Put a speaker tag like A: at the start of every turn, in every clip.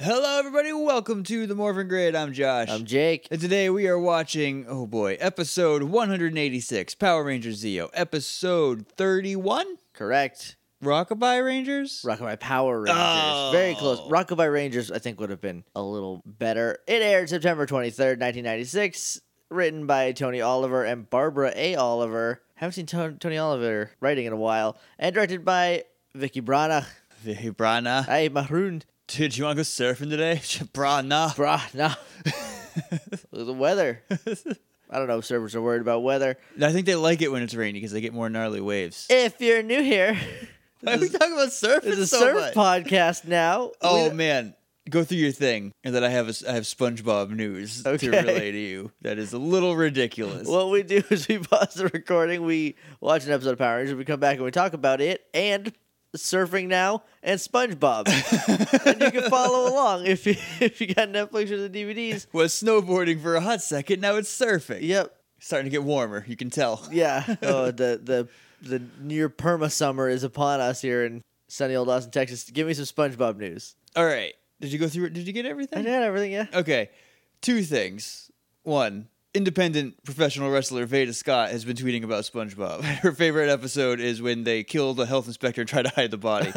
A: Hello, everybody. Welcome to the Morphin Grid. I'm Josh.
B: I'm Um, Jake.
A: and today we are watching, oh boy, episode 186, Power Rangers Zeo, episode 31,
B: Correct.
A: Rockabye Rangers.
B: Rockabye Power Rangers. Very close.
A: Oh.
B: Rockabye Rangers, I think, would have been a little better. It aired September 23rd, 1996. Written by Tony Oliver and Barbara A. Oliver. Haven't seen Ton Tony Oliver writing in a while. And directed by Vicky Branagh.
A: Vibrana.
B: Hey, Maroon.
A: Dude, you want to go surfing today? Vibrana.
B: Branagh. the weather. I don't know if servers are worried about weather.
A: I think they like it when it's rainy because they get more gnarly waves.
B: If you're new here,
A: Why are we talking about surfing
B: it's a
A: so much?
B: surf podcast now.
A: Oh
B: We-
A: man, go through your thing, and then I have a s I have SpongeBob news
B: Okay.
A: to relay to you. That is a little ridiculous.
B: What we do is we pause the recording, we watch an episode of Power Rangers, we come back and we talk about it and surfing now and SpongeBob. and you can follow along if you if you got Netflix or the DVDs.
A: was snowboarding for a hot second. Now it's surfing.
B: Yep.
A: Starting to get warmer. You can tell.
B: Yeah. Oh, the the the near perma summer is upon us here in sunny old Austin, Texas. Give me some SpongeBob news.
A: All right. Did you go through it? Did you get
B: I
A: everything?
B: did everything, yeah.
A: Okay. Two things. One, independent professional wrestler Veda Scott has been tweeting about SpongeBob. Her favorite episode is when they kill the health inspector and try to hide the body.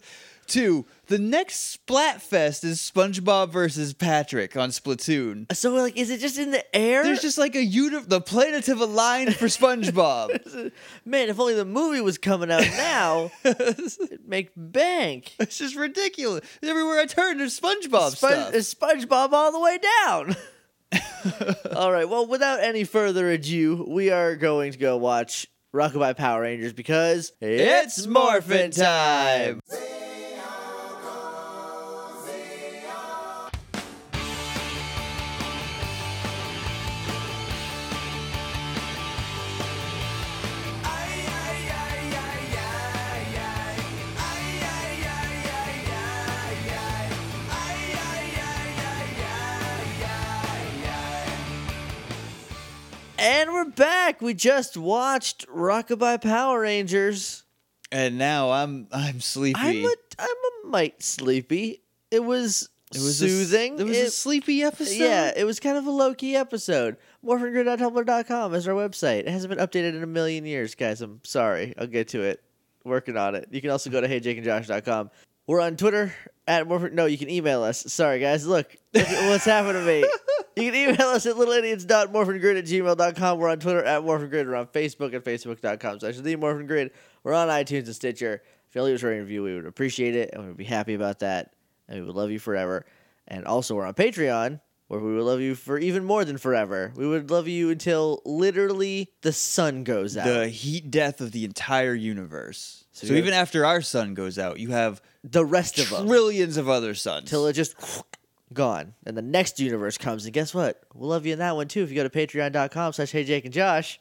A: Two, the next Splatfest is SpongeBob versus Patrick on Splatoon.
B: So like is it just in the air?
A: There's just like a uni- the planets have aligned for SpongeBob.
B: Man, if only the movie was coming out now, it'd make bank.
A: It's just ridiculous. Everywhere I turn, there's SpongeBob
B: Spon-
A: stuff.
B: is SpongeBob all the way down. all right. Well, without any further ado, we are going to go watch Rockabye Power Rangers because
A: It's Morphin Time!
B: And we're back. We just watched Rockabye Power Rangers.
A: And now I'm I'm sleepy.
B: I'm a I'm a mite sleepy. It was,
A: a s-
B: soothing.
A: it was a
B: It-
A: sleepy episode.
B: yeah, it was kind of a low key episode. Morphingrid.tumblr.com is our website. It hasn't been updated in a million years, guys. I'm sorry. I'll get to it. Working on it. You can also go to heyjakeandjosh.com. We're on Twitter at Morphin. No, you can email us. Sorry, guys. Look, look at what's happened to me. You can email us at littleidiots.morphingrid at gmail.com. We're on Twitter at morphingrid. We're on Facebook at facebook.com slash the Morphin Grid. We're on iTunes and Stitcher. If you'll leave us a rating and review, we would appreciate it and we would be happy about that. And we would love you forever. And also, we're on Patreon, where we would love you for even more than forever. We would love you until literally the sun goes out.
A: The heat death of the entire universe. So,
B: So you have-
A: even after our sun goes out, you have
B: the rest of us.
A: trillions of other suns.
B: till it just gone and the next universe comes and guess what we'll love you in that one too if you go to patreon.com slash hey jake and josh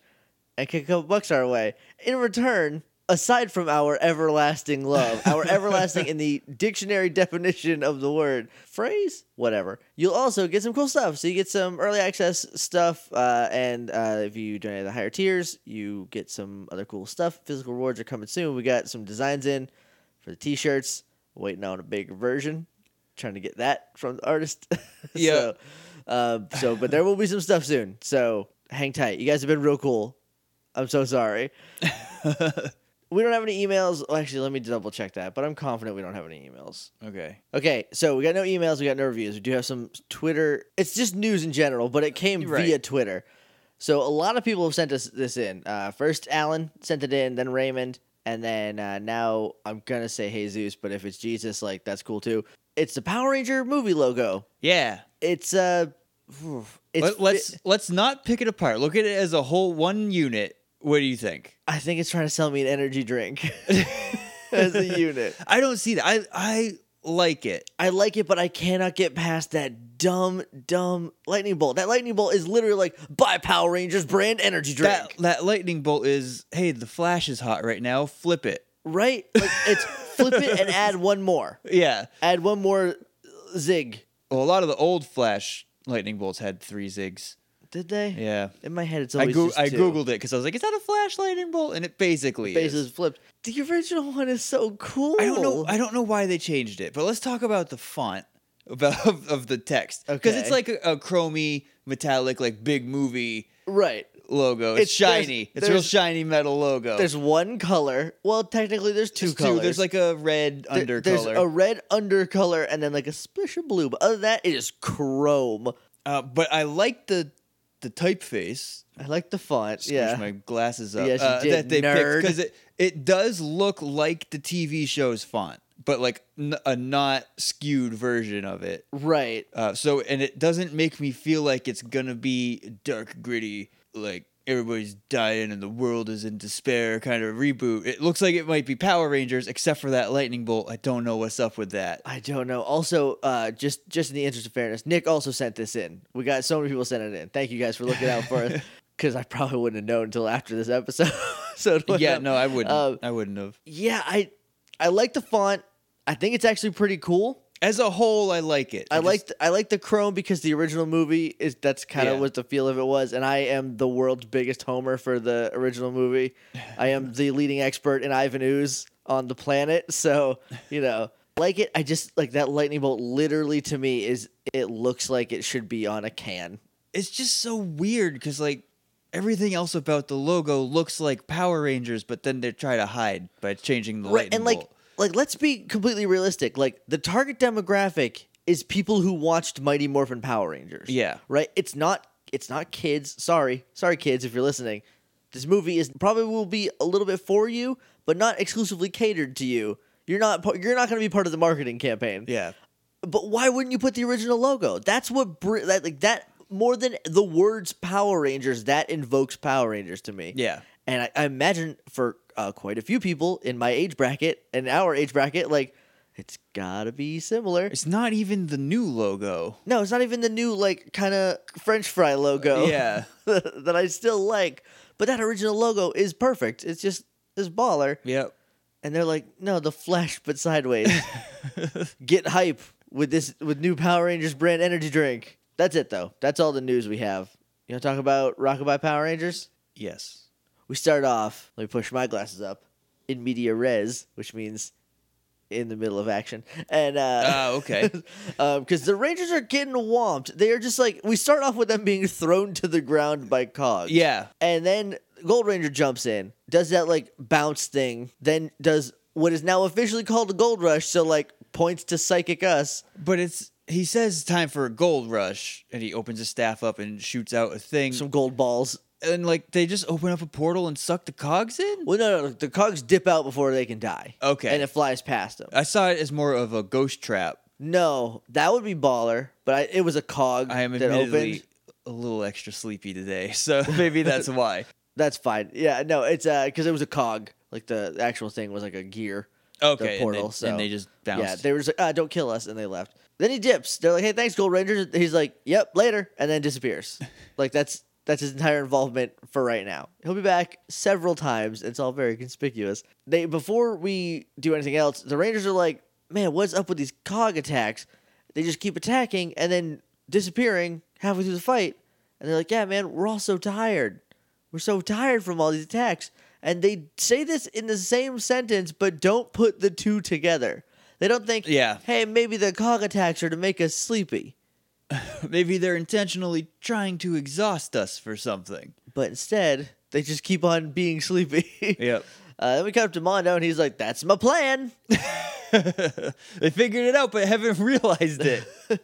B: and kick a couple bucks our way in return aside from our everlasting love our everlasting in the dictionary definition of the word phrase whatever you'll also get some cool stuff so you get some early access stuff uh, and uh, if you donate at the higher tiers you get some other cool stuff physical rewards are coming soon we got some designs in for the t-shirts waiting on a bigger version trying to get that from the artist
A: Yeah.
B: so, uh, so but there will be some stuff soon so hang tight you guys have been real cool i'm so sorry we don't have any emails well, actually let me double check that but i'm confident we don't have any emails
A: okay.
B: okay so we got no emails we got no reviews we do have some twitter it's just news in general but it came
A: Right.
B: via twitter so a lot of people have sent us this in uh, first alan sent it in then raymond and then uh, now i'm gonna say jesus but if it's jesus like that's cool too it's the power ranger movie logo
A: Yeah.
B: it's uh oof, it's
A: Let, let's
B: fi-
A: let's not pick it apart. Look at it as a whole one unit. What do you think?
B: I think it's trying to sell me an energy drink as a unit.
A: I don't see that. I I like it.
B: I like it, but I cannot get past that dumb, dumb lightning bolt. That lightning bolt is literally like buy Power Rangers brand energy drink,
A: That that lightning bolt is hey, the flash is hot right now. Flip it.
B: right? Like it's flip it and add one more,
A: Yeah.
B: add one more zig.
A: Well, a lot of the old flash lightning bolts had three zigs.
B: Did they?
A: Yeah.
B: In my head, it's
A: I,
B: always
A: goo-
B: just
A: I
B: two.
A: googled it because I was like, "Is that a flashlight and bolt?" And it basically
B: Face
A: is.
B: is flipped. The original one is so cool.
A: I don't know. I don't know why they changed it, but let's talk about the font about of, of the text because
B: Okay.
A: it's like a, a chromy metallic, like big movie
B: right.
A: logo. It's,
B: It's- there's-
A: shiny. it's a real
B: there's-
A: shiny metal logo.
B: There's one color. Well, technically, there's two
A: There's
B: colors.
A: There's like a red
B: There-
A: undercolor.
B: There's a red undercolor and then like a splish of blue. But other than that, it is chrome.
A: uh, but I like the the typeface.
B: I like the font.
A: Squish
B: yeah.
A: my glasses up.
B: Yes, you
A: uh,
B: did,
A: that they
B: nerd.
A: because it it does look like the TV show's font, but like n- a not skewed version of it.
B: Right.
A: Uh, so and it doesn't make me feel like it's gonna be dark, gritty, like everybody's dying and the world is in despair kind of reboot. It looks like it might be Power Rangers, except for that lightning bolt. I don't know what's up with that.
B: I don't know. Also, uh, just just in the interest of fairness, Nick also sent this in. We got so many people sending it in. Thank you guys for looking out for us because I probably wouldn't have known until after this episode. so it went
A: Yeah,
B: up.
A: no, I wouldn't.
B: Uh,
A: I wouldn't have.
B: yeah, I I like the font. I think it's actually pretty cool.
A: As a whole, I like it.
B: I
A: just-
B: like I like the chrome because the original movie is that's kind of
A: Yeah.
B: what the feel of it was, and I am the world's biggest homer for the original movie. I am the leading expert in Ivan Ooze on the planet, so you know, like it. I just like that lightning bolt. Literally, to me, is it looks like it should be on a can.
A: it's just so weird because like everything else about the logo looks like Power Rangers, but then they try to hide by changing the
B: right
A: lightning
B: and like
A: bolt.
B: like let's be completely realistic like the target demographic is people who watched mighty morphin power rangers
A: Yeah.
B: right it's not it's not kids sorry sorry kids if you're listening this movie is probably will be a little bit for you but not exclusively catered to you you're not pa- you're not going to be part of the marketing campaign
A: Yeah,
B: but why wouldn't you put the original logo that's what br- that, like that more than the words power rangers that invokes power rangers to me
A: yeah.
B: and I, I imagine for uh, quite a few people in my age bracket and our age bracket, like it's gotta be similar.
A: It's not even the new logo.
B: No, it's not even the new like kind of French fry logo.
A: Yeah.
B: that I still like, but that original logo is perfect. It's just this baller,
A: Yep.
B: and they're like, no, the Flash but sideways. Get hype with this with new Power Rangers brand energy drink. That's it though. That's all the news we have. You want to talk about Rockabye Power Rangers?
A: Yes.
B: We start off, let me push my glasses up, in media res, which means in the middle of action. And, uh,
A: Ah, okay.
B: Because the Rangers are getting whomped. They are just like, we start off with them being thrown to the ground by Cog.
A: Yeah.
B: And then Gold Ranger jumps in, does that like bounce thing, then does what is now officially called a Gold Rush, so like points to Psychic Us.
A: But it's he says time for a gold rush, and he opens his staff up and shoots out a thing,
B: Some gold balls.
A: and like they just open up a portal and suck the cogs in.
B: Well, no, no, no, the cogs dip out before they can die.
A: Okay.
B: And it flies past them.
A: I saw it as more of a ghost trap.
B: No, that would be baller, but I, it was a cog
A: I am
B: that
A: admittedly
B: opened.
A: a little extra sleepy today, so maybe that's why.
B: That's fine. Yeah, no, it's uh because it was a cog. Like the actual thing was like a gear.
A: Okay, and
B: portal,
A: they,
B: so-
A: and they just bounced.
B: Yeah, they were just like, ah, don't kill us, and they left. Then he dips. They're like, hey, thanks, Gold Rangers. He's like, yep, later, and then disappears. like that's that's his entire involvement for right now. He'll be back several times. It's all very conspicuous. They before we do anything else, the Rangers are like, man, what's up with these cog attacks? They just keep attacking and then disappearing halfway through the fight. And they're like, yeah, man, we're all so tired. We're so tired from all these attacks. And they say this in the same sentence, but don't put the two together. They don't think,
A: Yeah.
B: hey, maybe the cog attacks are to make us sleepy.
A: Maybe they're intentionally trying to exhaust us for something.
B: But instead, they just keep on being sleepy.
A: Yep.
B: Uh, then we cut up to Mondo, and he's like, that's my plan.
A: they figured it out, but haven't realized it.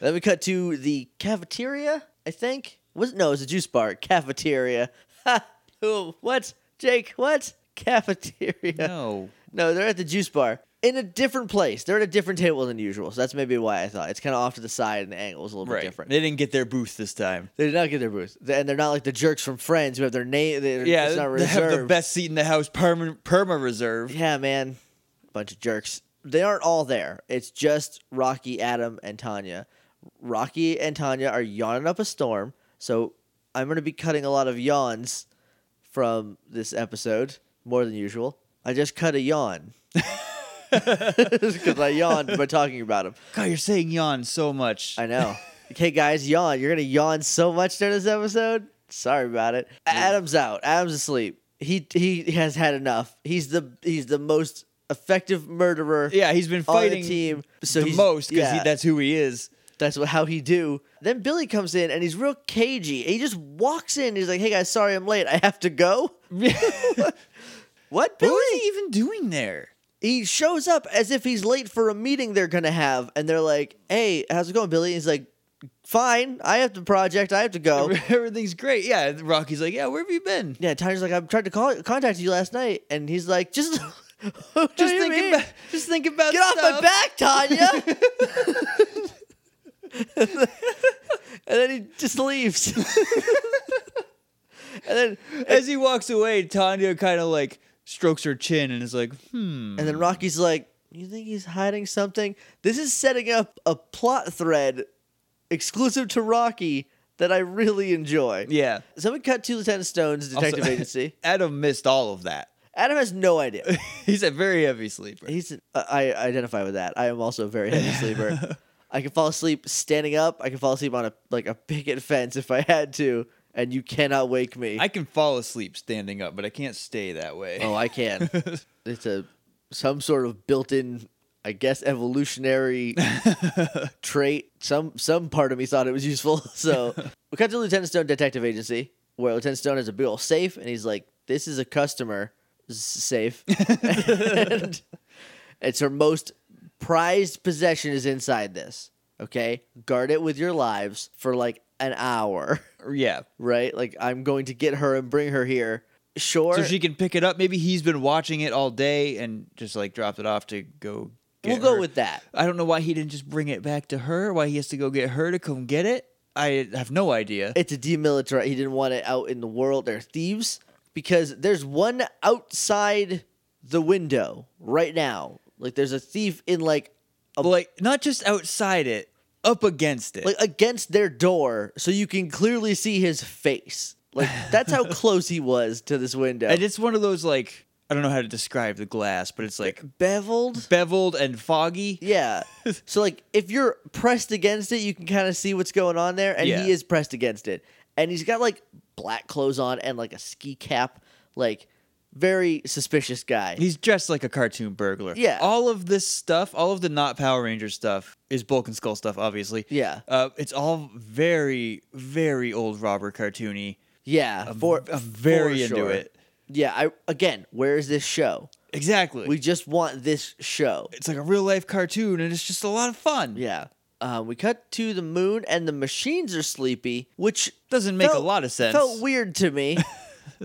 B: then we cut to the cafeteria, I think. Was No, it was a juice bar. Cafeteria. Ha! Who? What? Jake, what? Cafeteria.
A: no.
B: No, they're at the juice bar in a different place. They're at a different table than usual. So that's maybe why I thought it's kind of off to the side and the angle is a little
A: Right.
B: bit different.
A: They didn't get their booth this time.
B: They did not get their booth, They- and they're not like the jerks from Friends who have their name.
A: Yeah,
B: it's not
A: they have the
B: reserved.
A: best seat in the house, perma, perma reserve.
B: yeah, man, bunch of jerks. They aren't all there. It's just Rocky, Adam, and Tanya. Rocky and Tanya are yawning up a storm. So I'm going to be cutting a lot of yawns from this episode more than usual. I just cut a yawn. because I yawned by talking about him.
A: God, you're saying yawn so much.
B: I know. Hey guys, yawn. You're gonna yawn so much during this episode. Sorry about it. Adam's out. Adam's asleep. He he has had enough. He's the he's the most effective murderer
A: Yeah, he's been
B: on
A: fighting
B: the team. So
A: the
B: he's,
A: most because
B: yeah.
A: that's who he is.
B: That's what, how he do. Then Billy comes in and he's real cagey. And he just walks in. He's like, "Hey guys, sorry I'm late. I have to go."
A: what
B: What Billy?
A: was he even doing there?
B: He shows up as if he's late for a meeting they're gonna have, and they're like, "Hey, how's it going, Billy?" And he's like, "Fine. I have to project. I have to go."
A: Everything's great. Yeah, Rocky's like, yeah, where have you been?
B: yeah, Tiny's like, "I tried to call contact you last night," and he's like, "Just, just
A: Just
B: think
A: think
B: about
A: about, just think about.
B: get off my
A: stuff.
B: back, Tanya." and then he just leaves. and then
A: As he walks away, Tanya kind of like strokes her chin and is like, hmm.
B: And then Rocky's like, You think he's hiding something? This is setting up a plot thread exclusive to Rocky that I really enjoy.
A: Yeah,
B: So we cut to Lieutenant Stone's detective
A: Also-
B: agency.
A: Adam missed all of that.
B: Adam has no idea.
A: He's a very heavy sleeper.
B: He's uh, I identify with that. I am also a very heavy sleeper. I can fall asleep standing up. I can fall asleep on a like a picket fence if I had to, and you cannot wake me.
A: I can fall asleep standing up, but I can't stay that way.
B: oh, I can. it's a some sort of built-in, I guess, evolutionary trait. Some some part of me thought it was useful. So we cut to Lieutenant Stone Detective Agency, where Lieutenant Stone has a big old safe, and he's like, "This is a customer s- safe, and it's her most prized possession is inside this. Okay, guard it with your lives for like an hour,
A: yeah,
B: right? Like I'm going to get her and bring her here." Sure.
A: so she can pick it up. Maybe he's been watching it all day and just like dropped it off to go. Get
B: we'll go
A: her.
B: with that.
A: I don't know why he didn't just bring it back to her. Why he has to go get her to come get it? I have no idea.
B: it's a demilitarized. He didn't want it out in the world. They're thieves because there's one outside the window right now. Like there's a thief in like
A: But, like not just outside it, up against it.
B: like against their door, so you can clearly see his face. Like that's how close he was to this window.
A: and it's one of those like I don't know how to describe the glass, but it's like
B: beveled.
A: beveled and foggy.
B: Yeah. so like if you're pressed against it, you can kind of see what's going on there and
A: Yeah.
B: he is pressed against it. And he's got like black clothes on and like a ski cap, like very suspicious guy.
A: He's dressed like a cartoon burglar.
B: Yeah.
A: All of this stuff, all of the not Power Ranger stuff, is Bulk and Skull stuff, obviously.
B: Yeah.
A: Uh, it's all very, very old robber cartoony.
B: Yeah,
A: I'm,
B: for
A: I'm very
B: for
A: into
B: sure.
A: it.
B: Yeah, I again, where is this show?
A: Exactly.
B: We just want this show.
A: it's like a real life cartoon, and it's just a lot of fun.
B: Yeah. Um, we cut to the moon and the machines are sleepy, which
A: Doesn't make
B: felt-
A: a lot of sense.
B: Felt weird to me.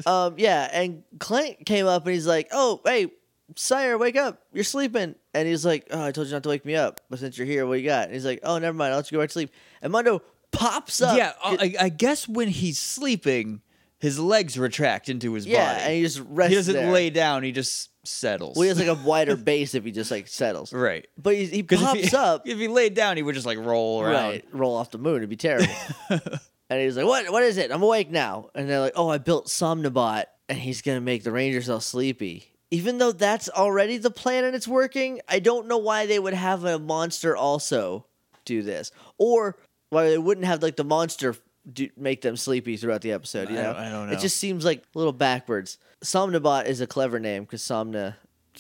B: um, yeah, and Clint came up and he's like, "Oh, hey, sire, wake up! You're sleeping." And he's like, "Oh, I told you not to wake me up, but since you're here, what you got?" And he's like, "Oh, never mind. I'll let you go back to sleep." And Mondo pops up.
A: yeah, uh, I, I guess when he's sleeping, his legs retract into his
B: yeah,
A: body.
B: and he just rests.
A: he doesn't
B: there.
A: lay down; he just settles.
B: Well, he has like a wider base if he just like settles.
A: right.
B: But he, he
A: 'Cause if
B: pops
A: he-
B: up,
A: If he laid down, he would just like roll around.
B: right, roll off the moon. It'd be terrible. and he's like, "What? What is it? I'm awake now." And they're like, "Oh, I built Somnibot, and he's gonna make the Rangers all sleepy." Even though that's already the plan and it's working, I don't know why they would have a monster also do this, or why they wouldn't have like the monster do, make them sleepy throughout the episode. You
A: I
B: know,
A: don't- I don't
B: It
A: know.
B: just seems like a little backwards. Somnibot is a clever name because somna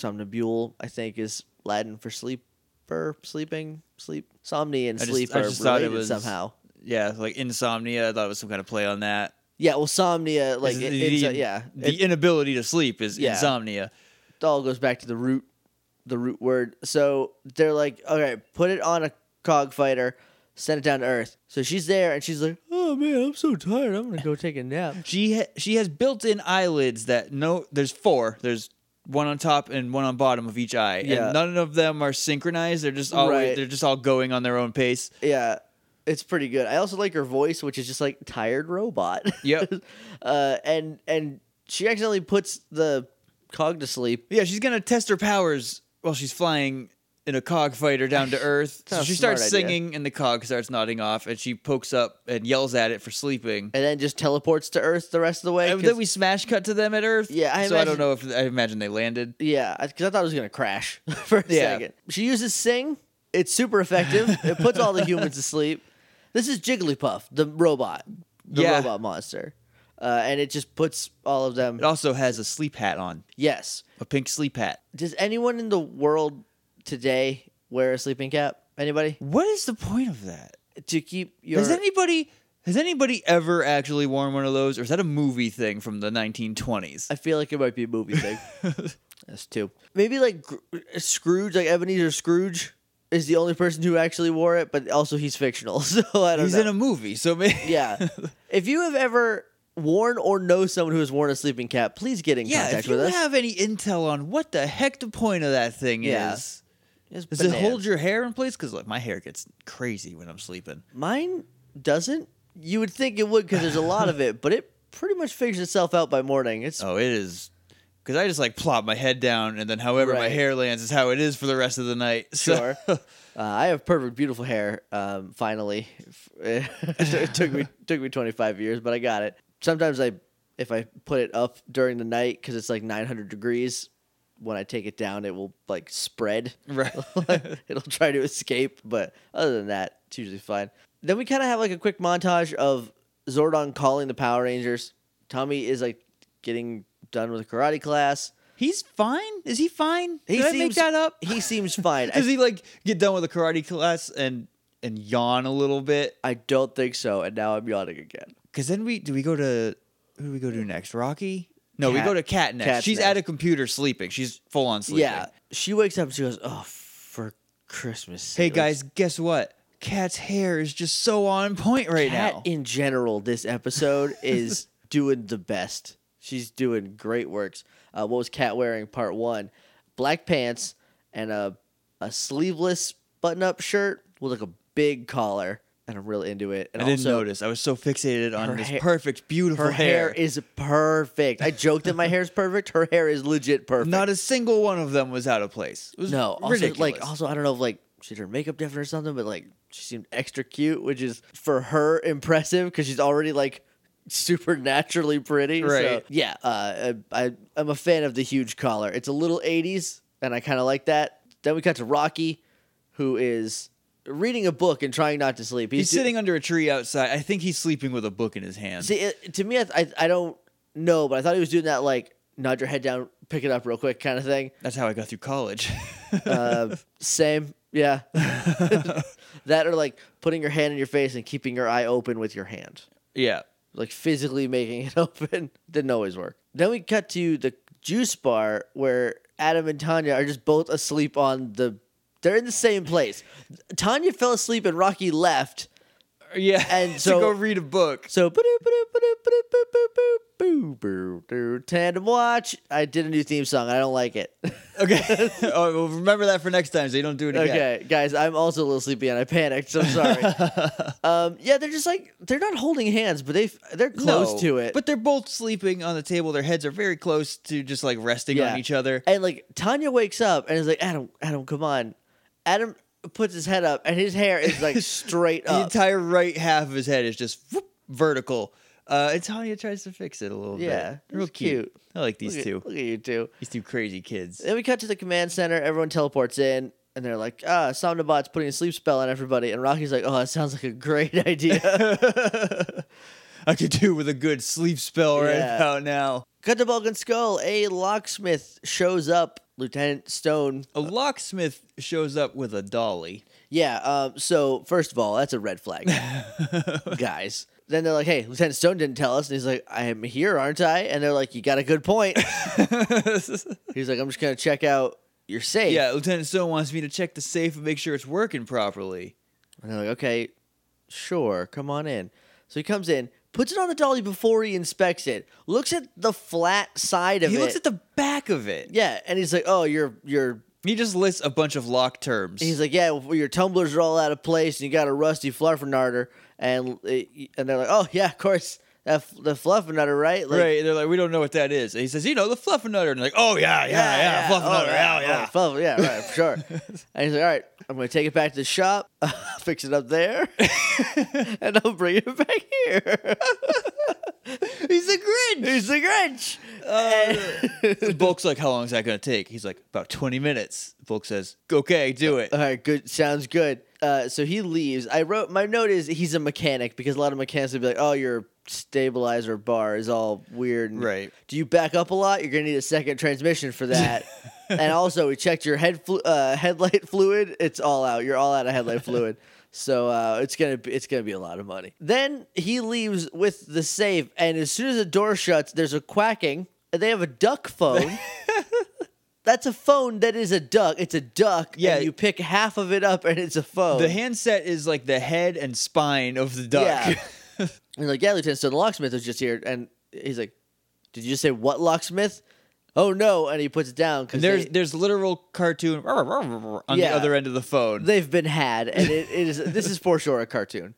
B: somnambule, I think, is Latin for sleeper, sleeping, sleep. Somni and
A: I just-
B: sleep
A: I
B: are
A: just thought it
B: related
A: was-
B: somehow.
A: Yeah, like insomnia. I thought it was some kind of play on that.
B: Yeah, well, somnia, like
A: Is
B: it,
A: the-
B: it's a, yeah,
A: the
B: it
A: inability to sleep is
B: Yeah.
A: insomnia.
B: all goes back to the root, the root word. So they're like, all right, put it on a cog fighter, send it down to Earth. So she's there and she's like, oh man, I'm so tired, I'm gonna go take a nap.
A: She ha- she has built-in eyelids that no, there's four. There's one on top and one on bottom of each eye,
B: Yeah.
A: and none of them are synchronized. They're just all
B: Right.
A: they're just all going on their own pace.
B: Yeah, it's pretty good. I also like her voice, which is just like tired robot.
A: Yep.
B: uh, and and she accidentally puts the cog to sleep.
A: Yeah, she's gonna test her powers while she's flying in a cog fighter down to Earth.
B: not
A: so
B: a
A: she
B: smart
A: starts
B: idea.
A: singing, and the cog starts nodding off, and she pokes up and yells at it for sleeping.
B: And then just teleports to Earth the rest of the way.
A: And
B: 'cause-
A: then we smash cut to them at Earth.
B: Yeah, I
A: so I don't
B: imagine-
A: know if I imagine they landed.
B: Yeah, because I thought it was gonna crash for a
A: Yeah.
B: second. She uses Sing. It's super effective. it puts all the humans to sleep. This is Jigglypuff, the robot, the
A: Yeah.
B: robot monster, uh, and it just puts all of them.
A: It also has a sleep hat on,
B: Yes.
A: a pink sleep hat.
B: Does anyone in the world today wear a sleeping cap? Anybody
A: What is the point of that?
B: to keep your?
A: Has anybody has anybody ever actually worn one of those, or is that a movie thing from the 1920s?
B: I feel like it might be a movie thing. That's two. Maybe like Gr- Scrooge, like Ebenezer Scrooge, is the only person who actually wore it, but also he's fictional, so I don't
A: He's
B: know.
A: in a movie, so maybe
B: yeah. If you have ever worn or know someone who has worn a sleeping cap, please get in
A: yeah.
B: contact
A: If you
B: with us.
A: have any intel on what the heck the point of that thing
B: Yeah.
A: is,
B: It's
A: does it hold
B: bananas.
A: your hair in place? Because like my hair gets crazy when I'm sleeping.
B: Mine doesn't. You would think it would because there's a lot of it, but it pretty much figures itself out by morning. It's
A: Oh, it is. Because I just like plop my head down, and then however my
B: Right.
A: hair lands is how it is for the rest of the night. So-
B: Sure. uh, I have perfect, beautiful hair. Um, finally, it took me took me 25 years, but I got it. Sometimes I, if I put it up during the night because it's like 900 degrees, when I take it down, it will like spread.
A: right.
B: It'll try to escape, but other than that, it's usually fine. Then we kind of have like a quick montage of Zordon calling the Power Rangers. Tommy is like getting done with a karate class.
A: He's fine. Is he fine?
B: He
A: Did I make
B: seems-
A: that up?
B: He seems fine. I
A: Does he like get done with a karate class and and yawn a little bit?
B: I don't think so, and now I'm yawning again.
A: Because then we do we go to who do we go to next? Rocky? No, we
B: Cat-
A: go to Cat next.
B: Cat's
A: She's
B: next.
A: at a computer sleeping. She's full on sleeping.
B: Yeah, she wakes up. and She goes, "Oh, for Christmas."
A: Hey
B: sake."
A: guys, guess what? Cat's hair is just so on point right
B: Like, Kat
A: now.
B: in general, this episode is doing the best. She's doing great works. Uh, what was Cat wearing? Part one: black pants and a a sleeveless button-up shirt with like a big collar, and I'm really into it. And
A: I didn't
B: also,
A: notice. I was so fixated on
B: her
A: this
B: hair-
A: perfect, beautiful
B: Her hair is perfect. I joked that my hair's perfect. Her hair is legit perfect.
A: Not a single one of them was out of place. It was
B: No, also
A: ridiculous.
B: like also I don't know if like she did her makeup different or something, but like she seemed extra cute, which is for her impressive because she's already like supernaturally pretty. So,
A: Right.
B: yeah. Uh, I I- I'm a fan of the huge collar. It's a little '80s, and I kind of like that. Then we cut to Rocky, who is reading a book and trying not to sleep.
A: he's sitting under a tree outside. I think he's sleeping with a book in his hand.
B: See, it, to me, I, I I don't know, but I thought he was doing that like nod your head down, pick it up real quick kind of thing.
A: That's how I got through college.
B: Uh, same. Yeah. that or like putting your hand in your face and keeping your eye open with your hand.
A: yeah.
B: Like physically making it open. Didn't always work. Then we cut to the juice bar where Adam and Tanya are just both asleep on the. They're in the same place. Tanya fell asleep and Rocky left.
A: Yeah.
B: And
A: to
B: so-
A: go read a book.
B: So, ba-doo, ba-doo, ba-doo, ba-doo, boo, boo, boo, boo, boo, doo. tandem watch. I did a new theme song. I don't like it.
A: Okay. oh, well, remember that for next time so you don't do it again.
B: Okay, guys, I'm also a little sleepy and I panicked. So I'm sorry. um, yeah, they're just like they're not holding hands, but they they're close
A: No,
B: to it.
A: But they're both sleeping on the table. Their heads are very close to just like resting
B: Yeah.
A: on each other.
B: and like Tanya wakes up and is like, Adam, Adam, come on. Adam puts his head up and his hair is like straight
A: The
B: up.
A: entire right half of his head is just whoop, vertical. Uh, and Tanya tries to fix it a little
B: Yeah,
A: bit. Real
B: it's cute.
A: cute. I like these
B: look,
A: two.
B: At, look at you two.
A: These two crazy kids.
B: Then we cut to the command center. Everyone teleports in, and they're like, "Ah, Somnobot's putting a sleep spell on everybody." And Rocky's like, "Oh, that sounds like a great idea."
A: I could do with a good sleep spell right
B: Yeah.
A: about now.
B: cut to Vulcan Skull. A locksmith shows up. Lieutenant Stone
A: A locksmith shows up with a dolly.
B: Yeah. Um, so first of all, that's a red flag, guys. Then they're like, "Hey, Lieutenant Stone didn't tell us," and he's like, "I am here, aren't I?" And they're like, "You got a good point." he's like, "I'm just gonna check out your safe."
A: Yeah, Lieutenant Stone wants me to check the safe and make sure it's working properly.
B: And they're like, "Okay, sure, come on in." So he comes in, puts it on the dolly before he inspects it, looks at the flat side of
A: He
B: it.
A: looks at the back of it.
B: yeah, and he's like, "Oh, your your."
A: He just lists a bunch of lock terms.
B: He's like, yeah, well, your tumblers are all out of place, and you got a rusty fluffernutter, and it, and they're like, oh yeah, of course, that f- the fluffernutter, right? Like,
A: right? They're like, we don't know what that is. And he says, you know, the fluffernutter. And they're like, oh yeah, yeah, yeah, fluffernutter,
B: oh,
A: yeah,
B: oh,
A: yeah.
B: fluff- yeah, right, for sure. and he's like, all right, I'm gonna take it back to the shop, fix it up there, and I'll bring it back here. He's the Grinch. He's the Grinch.
A: Uh, Bulk's like, how long is that going to take? He's like, about 20 minutes. Bulk says, okay, do it.
B: All right, good. Sounds good. Uh, so he leaves. I wrote my note is he's a mechanic because a lot of mechanics would be like, "Oh, your stabilizer bar is all weird." and-
A: Right.
B: Do you back up a lot? You're gonna need a second transmission for that. and also, we checked your head flu- uh, headlight fluid. It's all out. You're all out of headlight fluid. So uh, it's gonna be, it's gonna be a lot of money. Then he leaves with the safe, and as soon as the door shuts, there's a quacking. And they have a duck phone. That's a phone that is a duck. It's a duck.
A: Yeah.
B: And you pick half of it up and it's a phone.
A: The handset is like the head and spine of the duck.
B: Yeah. And like, yeah, Lieutenant, so the locksmith was just here. And he's like, did you just say what locksmith? Oh, no. And he puts it down
A: and
B: because
A: there's there's literal cartoon on the
B: Yeah.
A: other end of the phone.
B: they've been had. And it, it is this is for sure a cartoon.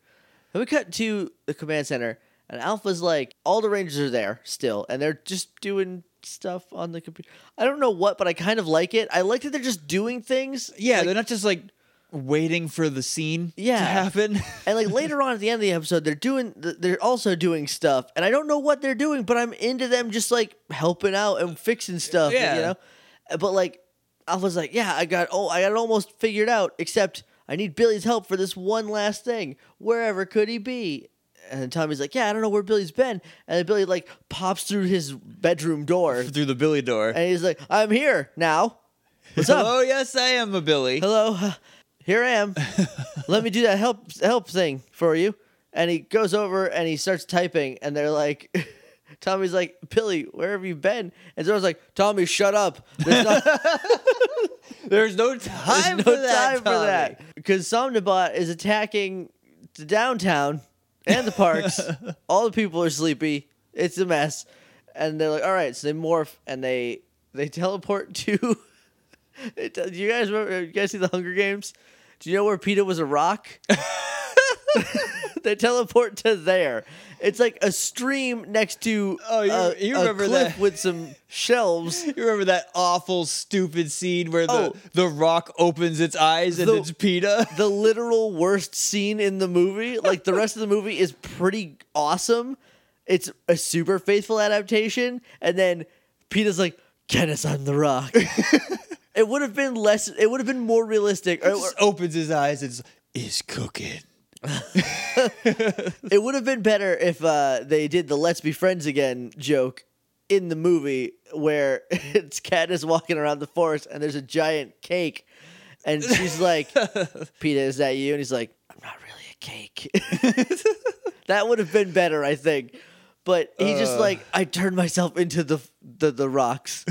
B: And we cut to the command center. And Alpha's like, all the Rangers are there still. And they're just doing stuff on the computer. I don't know what, but I kind of like it. I like that they're just doing things.
A: yeah,
B: Like,
A: they're not just like waiting for the scene
B: Yeah.
A: to happen.
B: And like later on at the end of the episode, they're doing th- they're also doing stuff, and I don't know what they're doing, but I'm into them just like helping out and fixing stuff.
A: Yeah.
B: you know. But like, I was like, yeah, I got oh, I got it almost figured out, except I need Billy's help for this one last thing. Wherever could he be? And then Tommy's like, yeah, I don't know where Billy's been. And then Billy like pops through his bedroom door,
A: Through the Billy door.
B: and he's like, I'm here now. What's up?
A: Hello, yes, I am a Billy.
B: hello here i am let me do that help help thing for you and he goes over and he starts typing and they're like tommy's like billy where have you been and zero's like tommy shut up there's, not,
A: There's no time,
B: there's no
A: for, that,
B: time for that because somnibot is attacking the downtown and the parks all the people are sleepy it's a mess and they're like all right so they morph and they they teleport to It- Do you guys remember? You guys see the Hunger Games? Do you know where Peter was a rock? they teleport to there. It's like a stream next to
A: Oh, you-
B: a,
A: you
B: a
A: remember
B: cliff
A: that.
B: with some shelves.
A: You remember that awful, stupid scene where the,
B: Oh.
A: the rock opens its eyes and
B: The-
A: it's PETA?
B: The literal worst scene in the movie. Like the rest of the movie is pretty awesome. It's a super faithful adaptation, and then Peter's like, "Kenneth, I'm the rock." it would have been less. It would have been more realistic. or- or-
A: Just opens his eyes and is, is cooking.
B: It would have been better if uh, they did the "Let's be friends again" joke in the movie, where it's Katniss walking around the forest and there's a giant cake, and she's like, "Peter, is that you?" And he's like, "I'm not really a cake." that would have been better, I think. But he just
A: Uh.
B: like I turned myself into the the, the rocks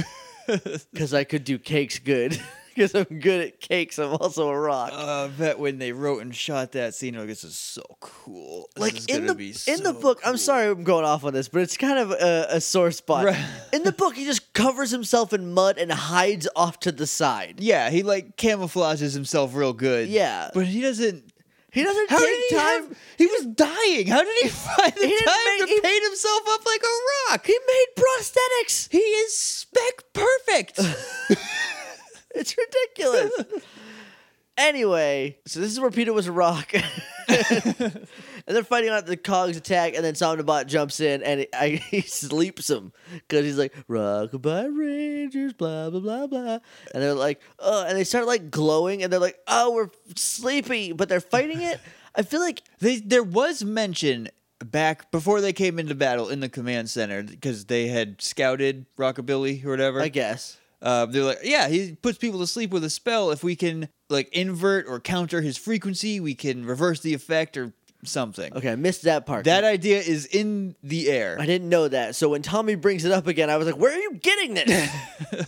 B: because I could do cakes good because I'm good at cakes. I'm also a rock.
A: Uh, I bet when they wrote and shot that scene, like this is so cool. This is
B: like in
A: gonna
B: the
A: be
B: in the
A: so
B: book i'm
A: cool."
B: sorry i'm going off on this but it's kind of a, a sore spot
A: Right.
B: in the book he just covers himself in mud and hides off to the side
A: Yeah, he like camouflages himself real good.
B: Yeah.
A: but he doesn't.
B: he doesn't
A: How
B: take
A: did he
B: time
A: have? He was dying. How did he find the
B: didn't
A: time
B: make-
A: to
B: he-
A: paint himself up like a rock?
B: he made prosthetics
A: He is spec perfect.
B: it's ridiculous anyway so this is where peter was a rock and they're fighting out the cogs attack and then somnibot jumps in and he, I, he sleeps him because he's like rockabye rangers blah blah blah blah and they're like oh and they start like glowing and they're like oh we're sleepy but they're fighting it i feel like
A: they there was mention back before they came into battle in the command center because they had scouted Rockabilly or whatever.
B: i guess
A: Uh, they're like, yeah, he puts people to sleep with a spell. If we can like invert or counter his frequency, we can reverse the effect or something.
B: okay i missed that part
A: That idea is in the air.
B: i didn't know that so when tommy brings it up again i was like where are you getting this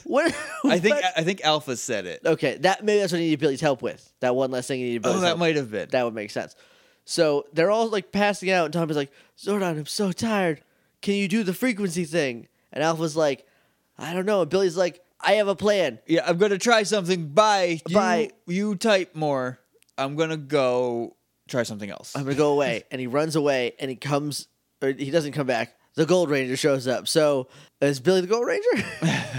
B: what
A: I think
B: what-
A: I think Alpha said it.
B: okay that maybe that's what he needed billy's help with that one last thing he needed billy's
A: Oh,
B: help
A: that might have been.
B: that would make sense. So they're all like passing out, and Tommy's like, Zordon, I'm so tired. Can you do the frequency thing? And Alpha's like, I don't know. And Billy's like, I have a plan.
A: yeah, I'm gonna try something. Bye. You,
B: Bye.
A: You type more. I'm gonna go try something else.
B: I'm gonna go away. and he runs away, and he comes, or he doesn't come back. The Gold Ranger shows up. So is Billy the Gold Ranger?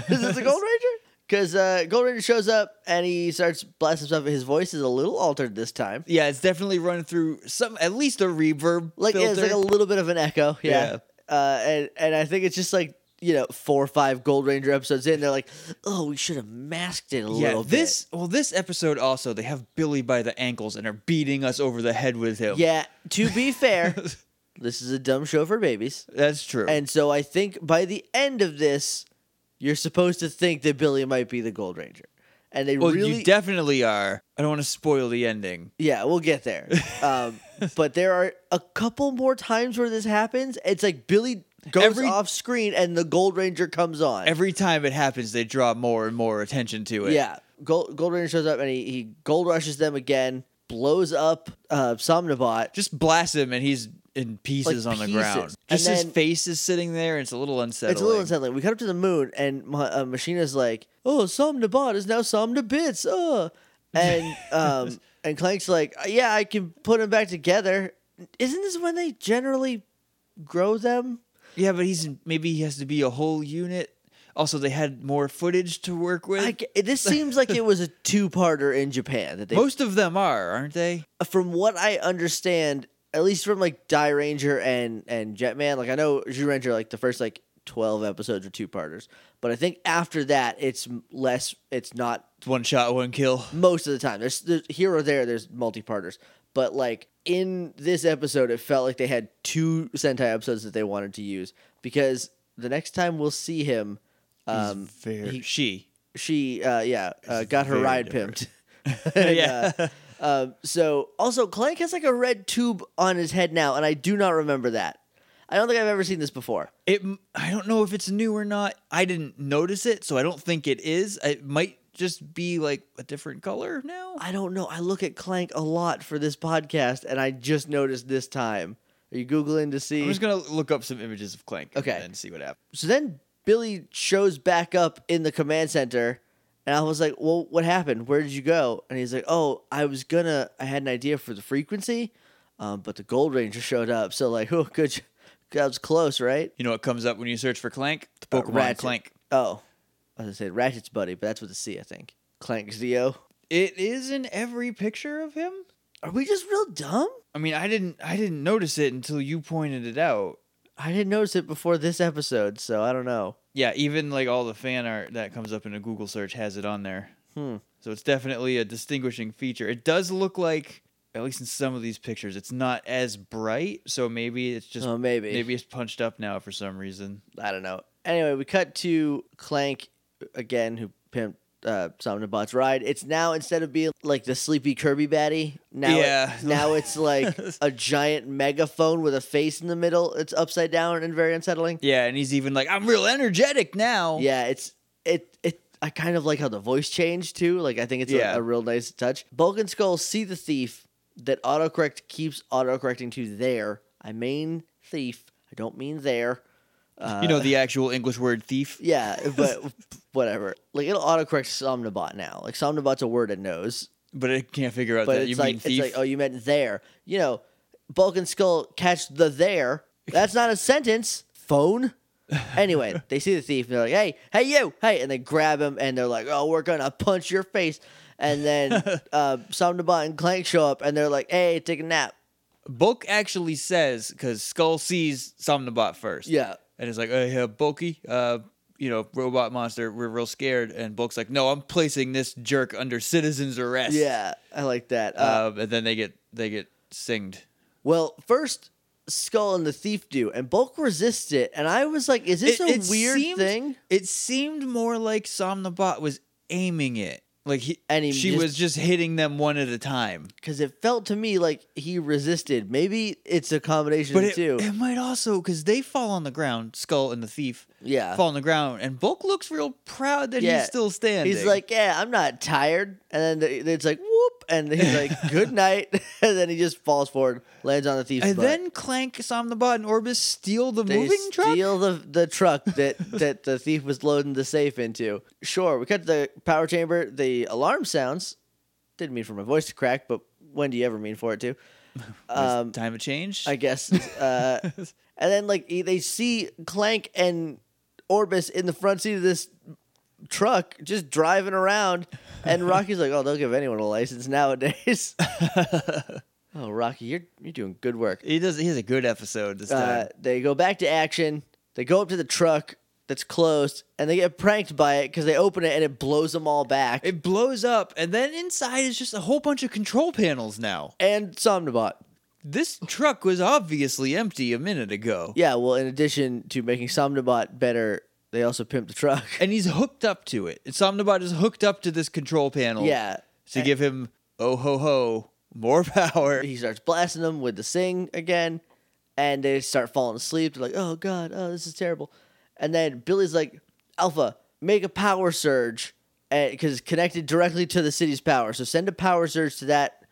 B: is this the Gold Ranger? Because uh, Gold Ranger shows up and he starts blasting stuff. His voice is a little altered this time.
A: yeah, it's definitely run through some at least a reverb.
B: Like yeah, it's
A: filter.
B: like a little bit of an echo. Yeah. uh, and and I think it's just like you know four or five Gold Ranger episodes in, they're like, oh, we should have masked it a
A: Yeah,
B: little
A: this well, this episode also they have Billy by the ankles and are beating us over the head with him.
B: bit. Yeah, to be fair, this is a dumb show for babies,
A: that's true.
B: and so I think by the end of this, you're supposed to think that Billy might be the Gold Ranger, and they
A: well,
B: really
A: you definitely are. I don't want to spoil the ending.
B: Yeah, we'll get there. Um, but there are a couple more times where this happens. It's like Billy goes
A: Every-
B: off screen and the Gold Ranger comes on.
A: Every time it happens, they draw more and more attention to it.
B: yeah, Gold, Gold Ranger shows up and he, he gold rushes them again, blows up uh, Somnobot.
A: just blast him and he's in pieces on the
B: pieces.
A: ground.
B: And
A: Just his
B: then-
A: face is sitting there and it's a little unsettling.
B: It's a little unsettling. We cut up to the moon and Ma- uh, Machina's like, "Oh, Somnobot is now Somnobits." Uh. and um, and Clank's like, "Yeah, I can put them back together." Isn't this when they generally grow them?
A: Yeah, but he's maybe he has to be a whole unit. Also, they had more footage to work with.
B: I, ge- this seems like it was a two-parter in Japan that they
A: Most of them are, aren't they?
B: from what I understand, at least from like Die Ranger and and Jetman, like I know Zhu Ranger, like the first like twelve episodes are two parters, but I think after that it's m- less. It's not
A: It's One shot, one kill.
B: most of the time. There's, there's here or there. There's multi-parters, but like in this episode, it felt like they had two Sentai episodes that they wanted to use because the next time we'll see him, um,
A: Fair.
B: he-
A: she.
B: she uh, yeah uh, got her
A: very
B: ride
A: different.
B: pimped. And,
A: Yeah.
B: uh, um, so also Clank has like a red tube on his head now, and I do not remember that. I don't think I've ever seen this before.
A: It. m- I don't know if it's new or not. I didn't notice it, so I don't think it is. It might just be like a different color now.
B: I don't know. I look at Clank a lot for this podcast, and I just noticed this time. Are you googling to see?
A: I'm just gonna look up some images of Clank.
B: Okay.
A: And then see what happens.
B: so then Billy shows back up in the command center, and I was like, "Well, what happened? Where did you go?" And he's like, "Oh, I was gonna. I had an idea for the frequency, um, but the Gold Ranger showed up. So like, oh, good, j- that was close, right?
A: You know what comes up when you search for Clank? The
B: Uh,
A: Pokemon
B: Ratchet.
A: Clank.
B: Oh, I was gonna say Ratchet's buddy, but that's with a C, I think. Clank Zio.
A: It is in every picture of him.
B: Are we just real dumb?
A: I mean, I didn't. I didn't notice it until you pointed it out.
B: I didn't notice it before this episode, so I don't know.
A: Yeah, even like all the fan art that comes up in a Google search has it on there.
B: Hmm.
A: So it's definitely a distinguishing feature. It does look like, at least in some of these pictures, it's not as bright. So maybe it's just
B: oh, maybe.
A: maybe it's punched up now for some reason.
B: I don't know. Anyway, we cut to Clank again, who pimped uh, Somnobot's ride. It's now instead of being like the sleepy Kirby baddie, now it-
A: Yeah.
B: now it's like a giant megaphone with a face in the middle. It's upside down and very unsettling.
A: Yeah, and he's even like, I'm real energetic now.
B: Yeah, it's it it. I kind of like how the voice changed too. Like I think it's
A: Yeah.
B: a, a real nice touch. Bulk and Skull see the thief that autocorrect keeps autocorrecting to there. I mean thief. I don't mean there. Uh,
A: You know the actual English word thief.
B: Yeah, but whatever. Like it'll autocorrect Somnobot now. Like Somnobot's a word it knows,
A: But I can't figure out
B: but
A: that
B: it's
A: you mean
B: like it's
A: thief.
B: like oh you meant there. You know, Bulk and Skull catch the there. That's not a sentence. Phone. Anyway, they see the thief and they're like, "Hey, hey you, hey!" And they grab him and they're like, "Oh, we're gonna punch your face." And then uh, Somnobot and Clank show up and they're like, "Hey, take a nap."
A: Bulk actually says because Skull sees Somnobot first.
B: Yeah.
A: and it's like, "Oh yeah, Bulky, uh, you know, robot monster. We're real scared." And Bulk's like, "No, I'm placing this jerk under citizen's arrest."
B: Yeah, I like that. Uh,
A: um, and then they get they get singed.
B: Well, first Skull and the Thief do, and Bulk resists it, and I was like, "Is this
A: It-
B: a
A: it
B: weird
A: seemed-
B: thing?"
A: It seemed more like Somnobot was aiming it, like he,
B: And he
A: she
B: just-
A: was just hitting them one at a time.
B: Because it felt to me like he resisted. Maybe it's a combination
A: But
B: of the
A: it,
B: two.
A: it might also because they fall on the ground, Skull and the thief
B: yeah,
A: fall on the ground, and Bulk looks real proud that
B: Yeah.
A: he's still standing.
B: he's like, "Yeah, I'm not tired," and then th- it's like, "Whoop," and he's like, "Good night," and then he just falls forward, lands on the thief's
A: And
B: butt.
A: then Clank, Somnobot, and Orbis steal the
B: they
A: moving truck.
B: steal the the truck that that the thief was loading the safe into. Sure, we cut to the power chamber. The alarm sounds. Didn't mean for my voice to crack, but when do you ever mean for it to? Um,
A: Is time of change.
B: I guess. Uh, and then like e- they see Clank and Orbis in the front seat of this truck just driving around, and Rocky's like, "Oh, they'll give anyone a license nowadays." Oh, Rocky, you're you're doing good work.
A: He does. He has a good episode this
B: Uh,
A: time.
B: they go back to action. They go up to the truck that's closed, and they get pranked by it because they open it and it blows them all back.
A: It blows up, and then inside is just a whole bunch of control panels now.
B: and Somnibot.
A: This truck was obviously empty a minute ago.
B: Yeah, well, in addition to making Somnibot better, they also pimp the truck.
A: And he's hooked up to it. And Somnibot is hooked up to this control panel
B: yeah.
A: to give him, oh ho ho, more power.
B: He starts blasting them with the sing again, and they start falling asleep. They're like, oh, God, oh, this is terrible. And then Billy's like, Alpha, make a power surge because it's connected directly to the city's power. So send a power surge to that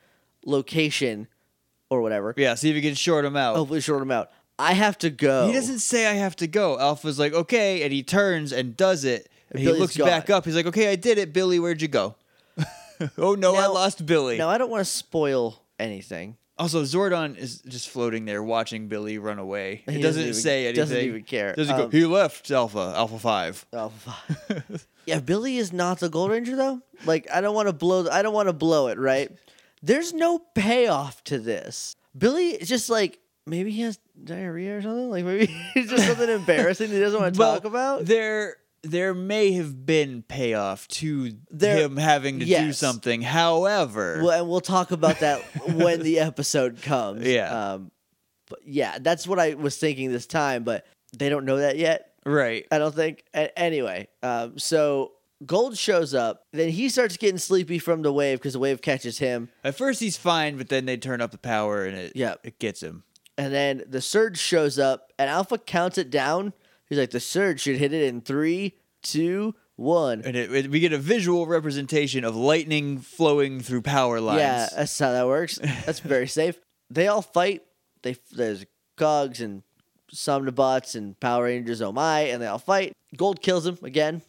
B: location or whatever.
A: Yeah, see if he can short him out.
B: Hopefully, short him out. I have to go.
A: He doesn't say I have to go. Alpha's like, okay, and he turns and does it. And he
B: Billy's
A: looks
B: gone.
A: back up. He's like, okay, I did it. Billy, where'd you go? oh no, I
B: Now-
A: lost Billy.
B: Now, I don't want to spoil anything.
A: Also, Zordon is just floating there watching Billy run away. It doesn't,
B: He doesn't even-
A: say anything.
B: doesn't even care.
A: Doesn't go,
B: Um,
A: he left Alpha, Alpha 5.
B: Oh, fuck. yeah, Billy is not the Gold Ranger though. Like, I don't want to blow. I don't want to blow it. Right? There's no payoff to this. Billy is just like maybe he has diarrhea or something. Like maybe it's just something embarrassing he doesn't want to
A: Well,
B: talk about.
A: There, there may have been payoff to
B: There-
A: him having to do
B: yes.
A: something. However,
B: Well, and we'll talk about that when the episode comes.
A: Yeah.
B: Um, but yeah, that's what I was thinking this time, but they don't know that yet.
A: right.
B: I don't think. A- anyway, um, so Gold shows up. Then he starts getting sleepy from the wave because the wave catches him.
A: At first he's fine, but then they turn up the power and it,
B: Yeah.
A: it gets him.
B: And then the surge shows up, and Alpha counts it down. He's like, the surge should hit it in three, two, one.
A: And it, it- we get a visual representation of lightning flowing through power lines.
B: Yeah, that's how that works. That's very safe. They all fight. They there's Cogs and Somnibots and Power Rangers. Oh my! And they all fight. Gold kills him again.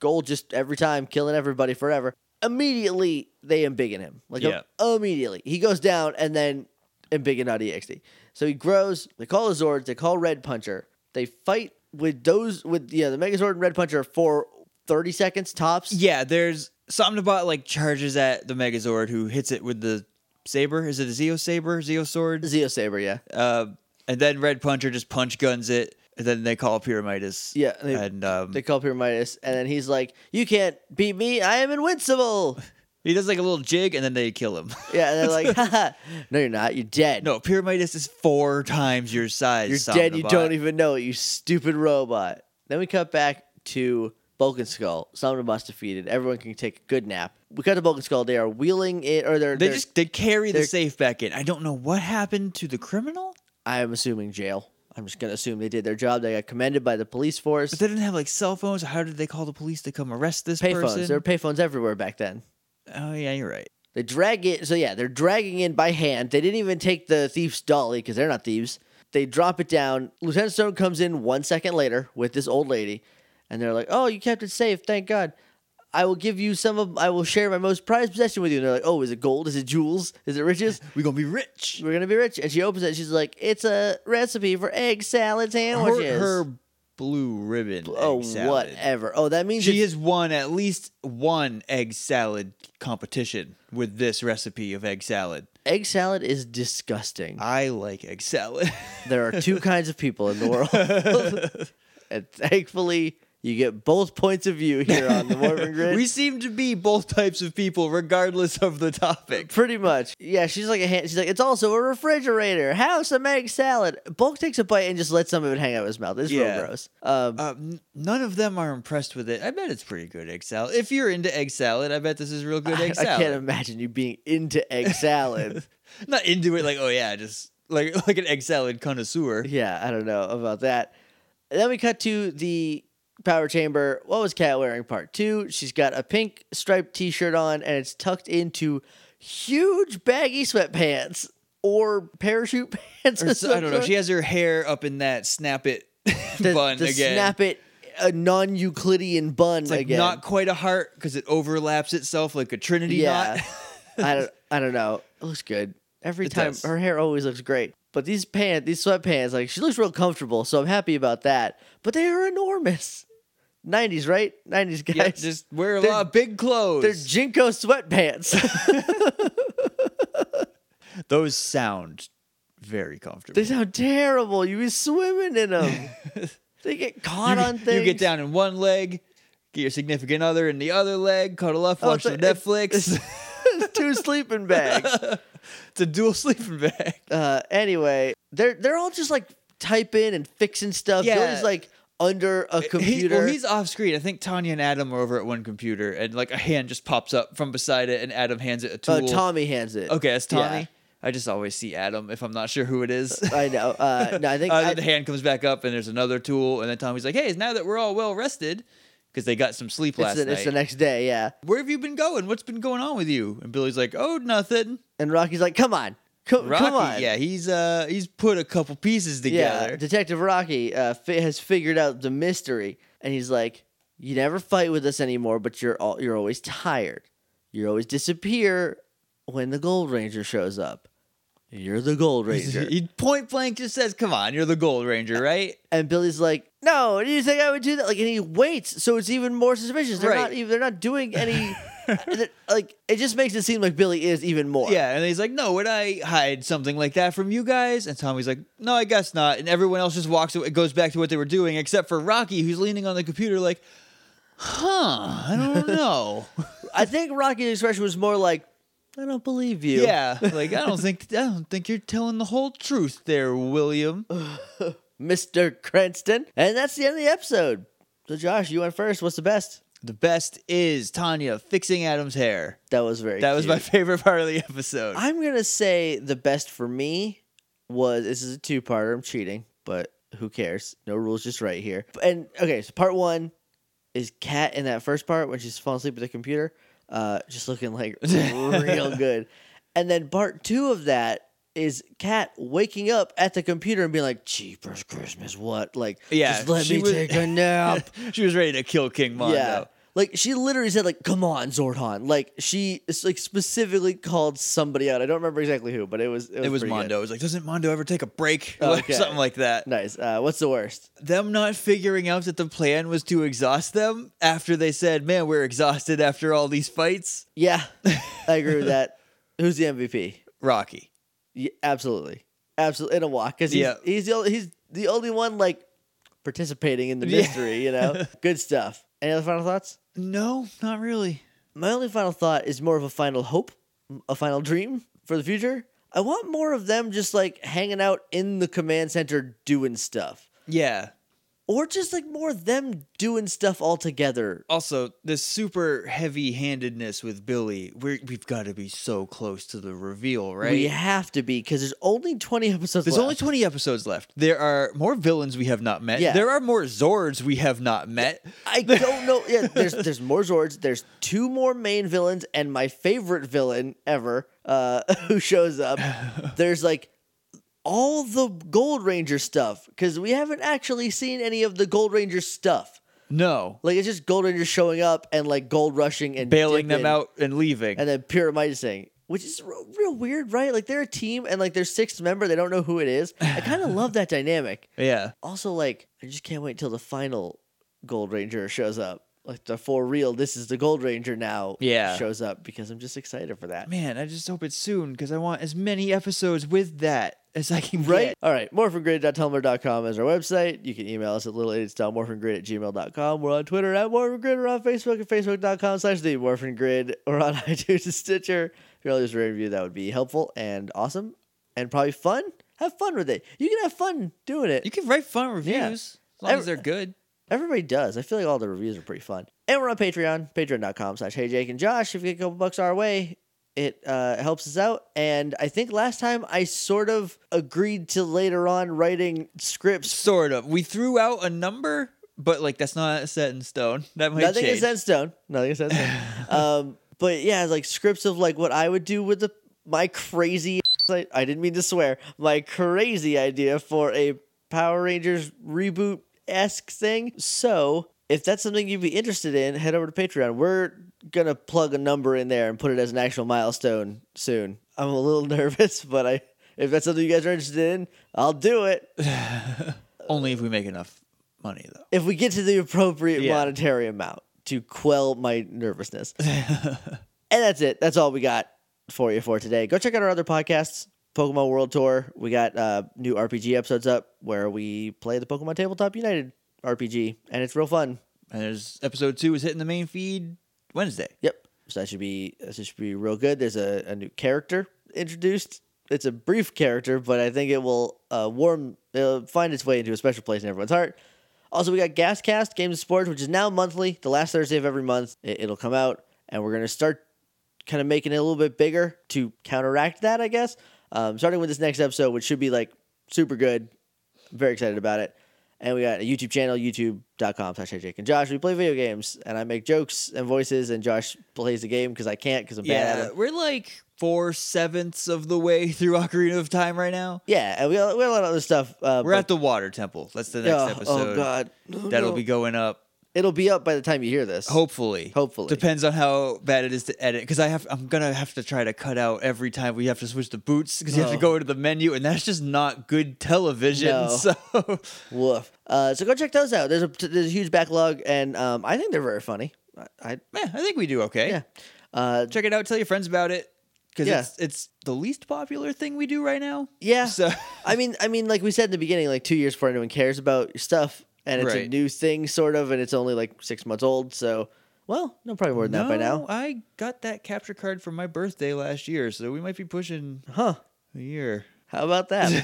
B: Gold just every time killing everybody forever. Immediately they embiggen him. Like
A: Yeah.
B: immediately he goes down and then embiggen out EXT. So he grows. They call the Zords. They call Red Puncher. They fight with those with yeah the Megazord and Red Puncher for thirty seconds tops.
A: Yeah, there's Somnibot like charges at the Megazord who hits it with the saber. Is it a Zeo saber? Zeo sword?
B: Zeo Saber. Yeah.
A: Uh, and then Red Puncher just punch guns it. And then they call Pyramitis.
B: Yeah, they-
A: and um,
B: They call Pyramidas, and then he's like, "You can't beat me. I am invincible."
A: he does like a little jig and then they kill him.
B: Yeah, and they're like, Haha, "No, you're not. You're dead.
A: no, Pyramitis is four times your size.
B: you're dead. You
A: Somnibot.
B: don't even know it. You stupid robot." Then we cut back to Bulk and Skull. Somnibus defeated. Everyone can take a good nap. We cut to Bulk and Skull. They are wheeling it, or they're,
A: They
B: they're-
A: just they carry the
B: they're-
A: safe back in. I don't know what happened to the criminal.
B: I am assuming jail. I'm just gonna assume they did their job. They got commended by the police force.
A: But they didn't have like cell phones. How did they call the police to come arrest this
B: Payphones.
A: person?
B: There were payphones everywhere back then.
A: Oh yeah, you're right.
B: They drag it. So yeah, they're dragging in by hand. They didn't even take the thief's dolly because they're not thieves. They drop it down. Lieutenant Stone comes in one second later with this old lady, and they're like, "Oh, you kept it safe. Thank God. I will give you some of. I will share my most prized possession with you." And they're like, "Oh, is it gold? Is it jewels? Is it riches?
A: We're gonna be rich.
B: We're gonna be rich." And she opens it. And she's like, "It's a recipe for egg salad
A: Her,
B: sandwiches."
A: her blue ribbon.
B: oh,
A: egg salad.
B: whatever. Oh, that means
A: She
B: it's-
A: has won at least one egg salad competition with this recipe of egg salad.
B: egg salad is disgusting.
A: I like egg salad.
B: there are two kinds of people in the world. and thankfully, you get both points of view here on the Mormon Grid.
A: we seem to be both types of people, regardless of the topic.
B: Pretty much. Yeah, she's like a hand. She's like, it's also a refrigerator. Have some egg salad. Bulk takes a bite and just lets some of it hang out of his mouth. It's
A: Yeah.
B: real gross. Um,
A: Uh, n- none of them are impressed with it. I bet it's pretty good egg salad. If you're into egg salad, I bet this is real good
B: I,
A: egg salad.
B: I can't imagine you being into egg salad.
A: Not into it, like oh yeah, just like like an egg salad connoisseur.
B: yeah, I don't know about that. And then we cut to the power chamber. What was Cat wearing? Part two. She's got a pink striped t shirt on and it's tucked into huge baggy sweatpants or parachute pants.
A: Or
B: of
A: so- I
B: some
A: don't know.
B: sort.
A: She has her hair up in that snap it
B: the,
A: bun
B: the
A: again.
B: Snap it, a non Euclidean bun
A: it's like
B: again.
A: not quite a heart because it overlaps itself like a trinity
B: yeah.
A: knot.
B: I, don't, I don't know. It looks good. Every
A: It
B: time
A: does.
B: her hair always looks great. But these pants, these sweatpants, like she looks real comfortable, so I'm happy about that. But they are enormous. 90s, right? 90s guys.
A: yeah, just wear a
B: They're-
A: lot of big
B: They're
A: clothes.
B: Jinko sweatpants.
A: Those sound very comfortable.
B: They sound terrible. You be swimming in them. they get
A: you,
B: caught on
A: you
B: things.
A: get down in one leg, get your significant other in the other leg, cuddle up,
B: Oh,
A: watch
B: it's
A: some
B: a- it-
A: Netflix. It's,
B: It's, it's two sleeping bags.
A: a dual sleeping bag.
B: Uh, anyway, they're they're all just like typing and fixing stuff.
A: Yeah.
B: Joey's like under a
A: He,
B: computer.
A: well, he's off screen. I think Tanya and Adam are over at one computer, and like a hand just pops up from beside it, and Adam hands it a tool.
B: uh, Tommy hands it.
A: Okay, that's
B: Yeah.
A: Tommy. I just always see Adam if I'm not sure who it is.
B: I know. Uh, no, I think
A: Uh,
B: I-
A: then the hand comes back up, and there's another tool, and then Tommy's like, "Hey, now that we're all well rested, because they got some sleep
B: it's,
A: last
B: the,
A: night.
B: it's the next day. Yeah,
A: Where have you been going? What's been going on with you?" And Billy's like, "Oh, nothing."
B: and Rocky's like, "Come on, Co-
A: Rocky,
B: come on."
A: yeah, he's uh he's put a couple pieces
B: Yeah,
A: together.
B: Detective Rocky uh, fi- has figured out the mystery, and he's like, "You never fight with us anymore, but you're all, you're always tired. You always disappear when the Gold Ranger shows up. You're the Gold Ranger."
A: he e-, point blank just says, "Come on, you're the Gold Ranger, right?"
B: and Billy's like, "No, do you think I would do that?" Like, and he waits, so it's even more suspicious. They're not
A: Right.
B: even they're not doing any. uh, like, it just makes it seem like Billy is even more.
A: Yeah, and he's like, "No, would I hide something like that from you guys?" And Tommy's like, "No, I guess not." And everyone else just walks away. It goes back to what they were doing, except for Rocky, who's leaning on the computer, like, "Huh, I don't know."
B: I think Rocky's expression was more like, "I don't believe you."
A: yeah, like I don't think I don't think you're telling the whole truth there, William.
B: Mr. Cranston. And that's the end of the episode. So, Josh, you went first. What's the best?
A: The best is Tanya fixing Adam's hair.
B: That was very.
A: That was
B: cute.
A: my favorite part of the episode.
B: I'm gonna say the best for me was this is a two-parter. I'm cheating, but who cares? No rules, just right here. And okay, so part one is Kat in that first part when she's falling asleep at the computer, uh, just looking like real good. And then part two of that is Kat waking up at the computer and being like, "Cheapers Christmas, what?" Like,
A: Yeah,
B: just let
A: she
B: me
A: was-
B: take a nap.
A: she was ready to kill King Mondo.
B: Like she literally said, like, come on, Zordon. Like she it's, like specifically called somebody out. I don't remember exactly who, but it was it was,
A: It was
B: pretty
A: Mondo. It was like, doesn't Mondo ever take a break?
B: Oh,
A: Or
B: okay.
A: Something like that.
B: good. Nice. Uh, what's the worst?
A: Them not figuring out that the plan was to exhaust them after they said, man, we're exhausted after all these fights.
B: Yeah. I agree with that. Who's the MVP?
A: Rocky.
B: Yeah, absolutely. Absolutely in a walk. Because he's
A: Yeah.
B: he's the only he's the only one like participating in the
A: Yeah.
B: mystery, you know? Good stuff. Any other final thoughts?
A: No, not really.
B: My only final thought is more of a final hope, a final dream for the future. I want more of them just like hanging out in the command center doing stuff.
A: Yeah.
B: or just like more of them doing stuff all together.
A: Also, this super heavy handedness with Billy, we're, we've got to be so close to the reveal, right?
B: We have to be because there's only 20 episodes.
A: There's
B: left.
A: only 20 episodes left. There are more villains we have not met.
B: Yeah.
A: There are more Zords we have not met.
B: I don't know. Yeah, there's there's more Zords. There's two more main villains, and my favorite villain ever, uh, who shows up. There's like all the Gold Ranger stuff because we haven't actually seen any of the Gold Ranger stuff.
A: No.
B: Like it's just Gold Rangers showing up and like gold rushing and
A: Bailing them
B: dipping.
A: out and leaving.
B: and then pyramiding, which is real, real weird, right? Like they're a team and like their sixth member, they don't know who it is. I kind of love that dynamic.
A: yeah.
B: Also, like I just can't wait till the final Gold Ranger shows up. Like the for real, this is the Gold Ranger now.
A: Yeah.
B: shows up because I'm just excited for that.
A: Man, I just hope it's soon because I want as many episodes with that as I can
B: Right?
A: get.
B: All right. Morphingrid.tumblr.com is our website. You can email us at littleidiots.morphingrid at gmail.com. We're on Twitter at morphingrid. We're on Facebook at facebook.com slash the morphingrid. We're on iTunes and Stitcher. If you're leaving a review, that would be helpful and awesome and probably fun. Have fun with it. You can have fun doing it.
A: You can write fun reviews
B: Yeah.
A: as long
B: Ev-
A: as they're good.
B: Everybody does. I feel like all the reviews are pretty fun. And we're on Patreon, patreon.com slash hey Jake and Josh. If you get a couple bucks our way, it uh, helps us out. And I think last time I sort of agreed to later on writing scripts.
A: Sort of. We threw out a number, but like that's not set in stone. That might
B: Nothing
A: change.
B: is set in stone. Nothing is set in stone. um, but yeah, like scripts of like what I would do with the my crazy. I, I didn't mean to swear. My crazy idea for a Power Rangers reboot esque thing. So if that's something you'd be interested in, head over to Patreon. We're gonna plug a number in there and put it as an actual milestone soon. I'm a little nervous, but I if that's something you guys are interested in, I'll do it.
A: Only if we make enough money, though.
B: if we get to the appropriate
A: Yeah.
B: monetary amount to quell my nervousness. and that's it. That's all we got. for you for today. Go check out our other podcasts. Pokemon World Tour. We got uh, new RPG episodes up where we play the Pokemon Tabletop United RPG, and it's real fun.
A: And there's episode two is hitting the main feed Wednesday.
B: Yep. So that should be that should be real good. There's a, a new character introduced. It's a brief character, but I think it will uh, warm it'll find its way into a special place in everyone's heart. Also, we got Gascast Games and Sports, which is now monthly, the last Thursday of every month. It, it'll come out, and we're gonna start kind of making it a little bit bigger to counteract that, I guess. Um, starting with this next episode, which should be like super good. I'm very excited about it. And we got a YouTube channel, youtube.com slash Hey Jake and Josh. We play video games and I make jokes and voices and Josh plays the game because I can't because I'm bad at
A: Yeah,
B: it.
A: we're like four sevenths of the way through Ocarina of Time right now.
B: Yeah, and we got, we got a lot of other stuff. Uh,
A: We're at the Water Temple. That's the
B: but-
A: next
B: oh,
A: episode.
B: Oh, God. No,
A: That'll
B: no.
A: be going up.
B: It'll be up by the time you hear this.
A: Hopefully.
B: Hopefully.
A: Depends on how bad it is to edit. Because I have I'm gonna have to try to cut out every time we have to switch to boots because you have to
B: Oh.
A: go into the menu and that's just not good television.
B: No.
A: So
B: Woof. Uh, so go check those out. There's a, there's a huge backlog and um, I think they're very funny. I, I
A: yeah, I think we do okay.
B: Yeah. Uh,
A: Check it out, tell your friends about it. Because
B: Yeah.
A: it's it's the least popular thing we do right now.
B: yeah.
A: So
B: I mean, I mean, like we said in the beginning, like two years before anyone cares about your stuff, and it's a
A: Right.
B: new thing, sort of, and it's only like six months old. So, well, no, probably more than that by
A: No,
B: now,
A: I got that capture card for my birthday last year, so we might be pushing
B: huh?
A: a year.
B: How about that?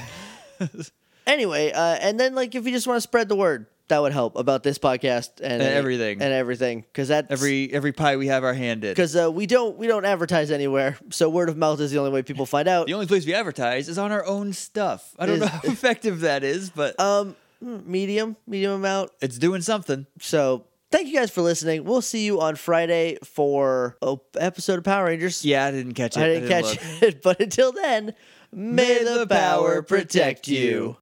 B: anyway, uh, and then like if you just want to spread the word, that would help about this podcast and,
A: And everything.
B: and everything, because that's
A: Every every pie we have our hand in.
B: because uh, we don't we don't advertise anywhere, so word of mouth is the only way people find out.
A: The only place we advertise is on our own stuff. I don't
B: Is-
A: know how effective that is, but
B: Um, medium, medium amount.
A: it's doing something.
B: So. Thank you guys for listening. We'll see you on Friday for a episode of Power Rangers.
A: Yeah, I didn't catch it.
B: I didn't catch
A: look.
B: it, but until then, may the power protect you.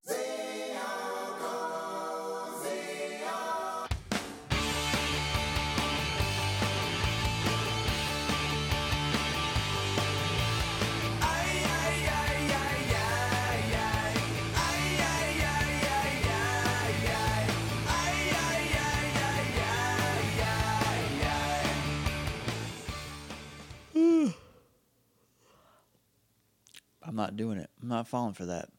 A: I'm not doing it. I'm not falling for that.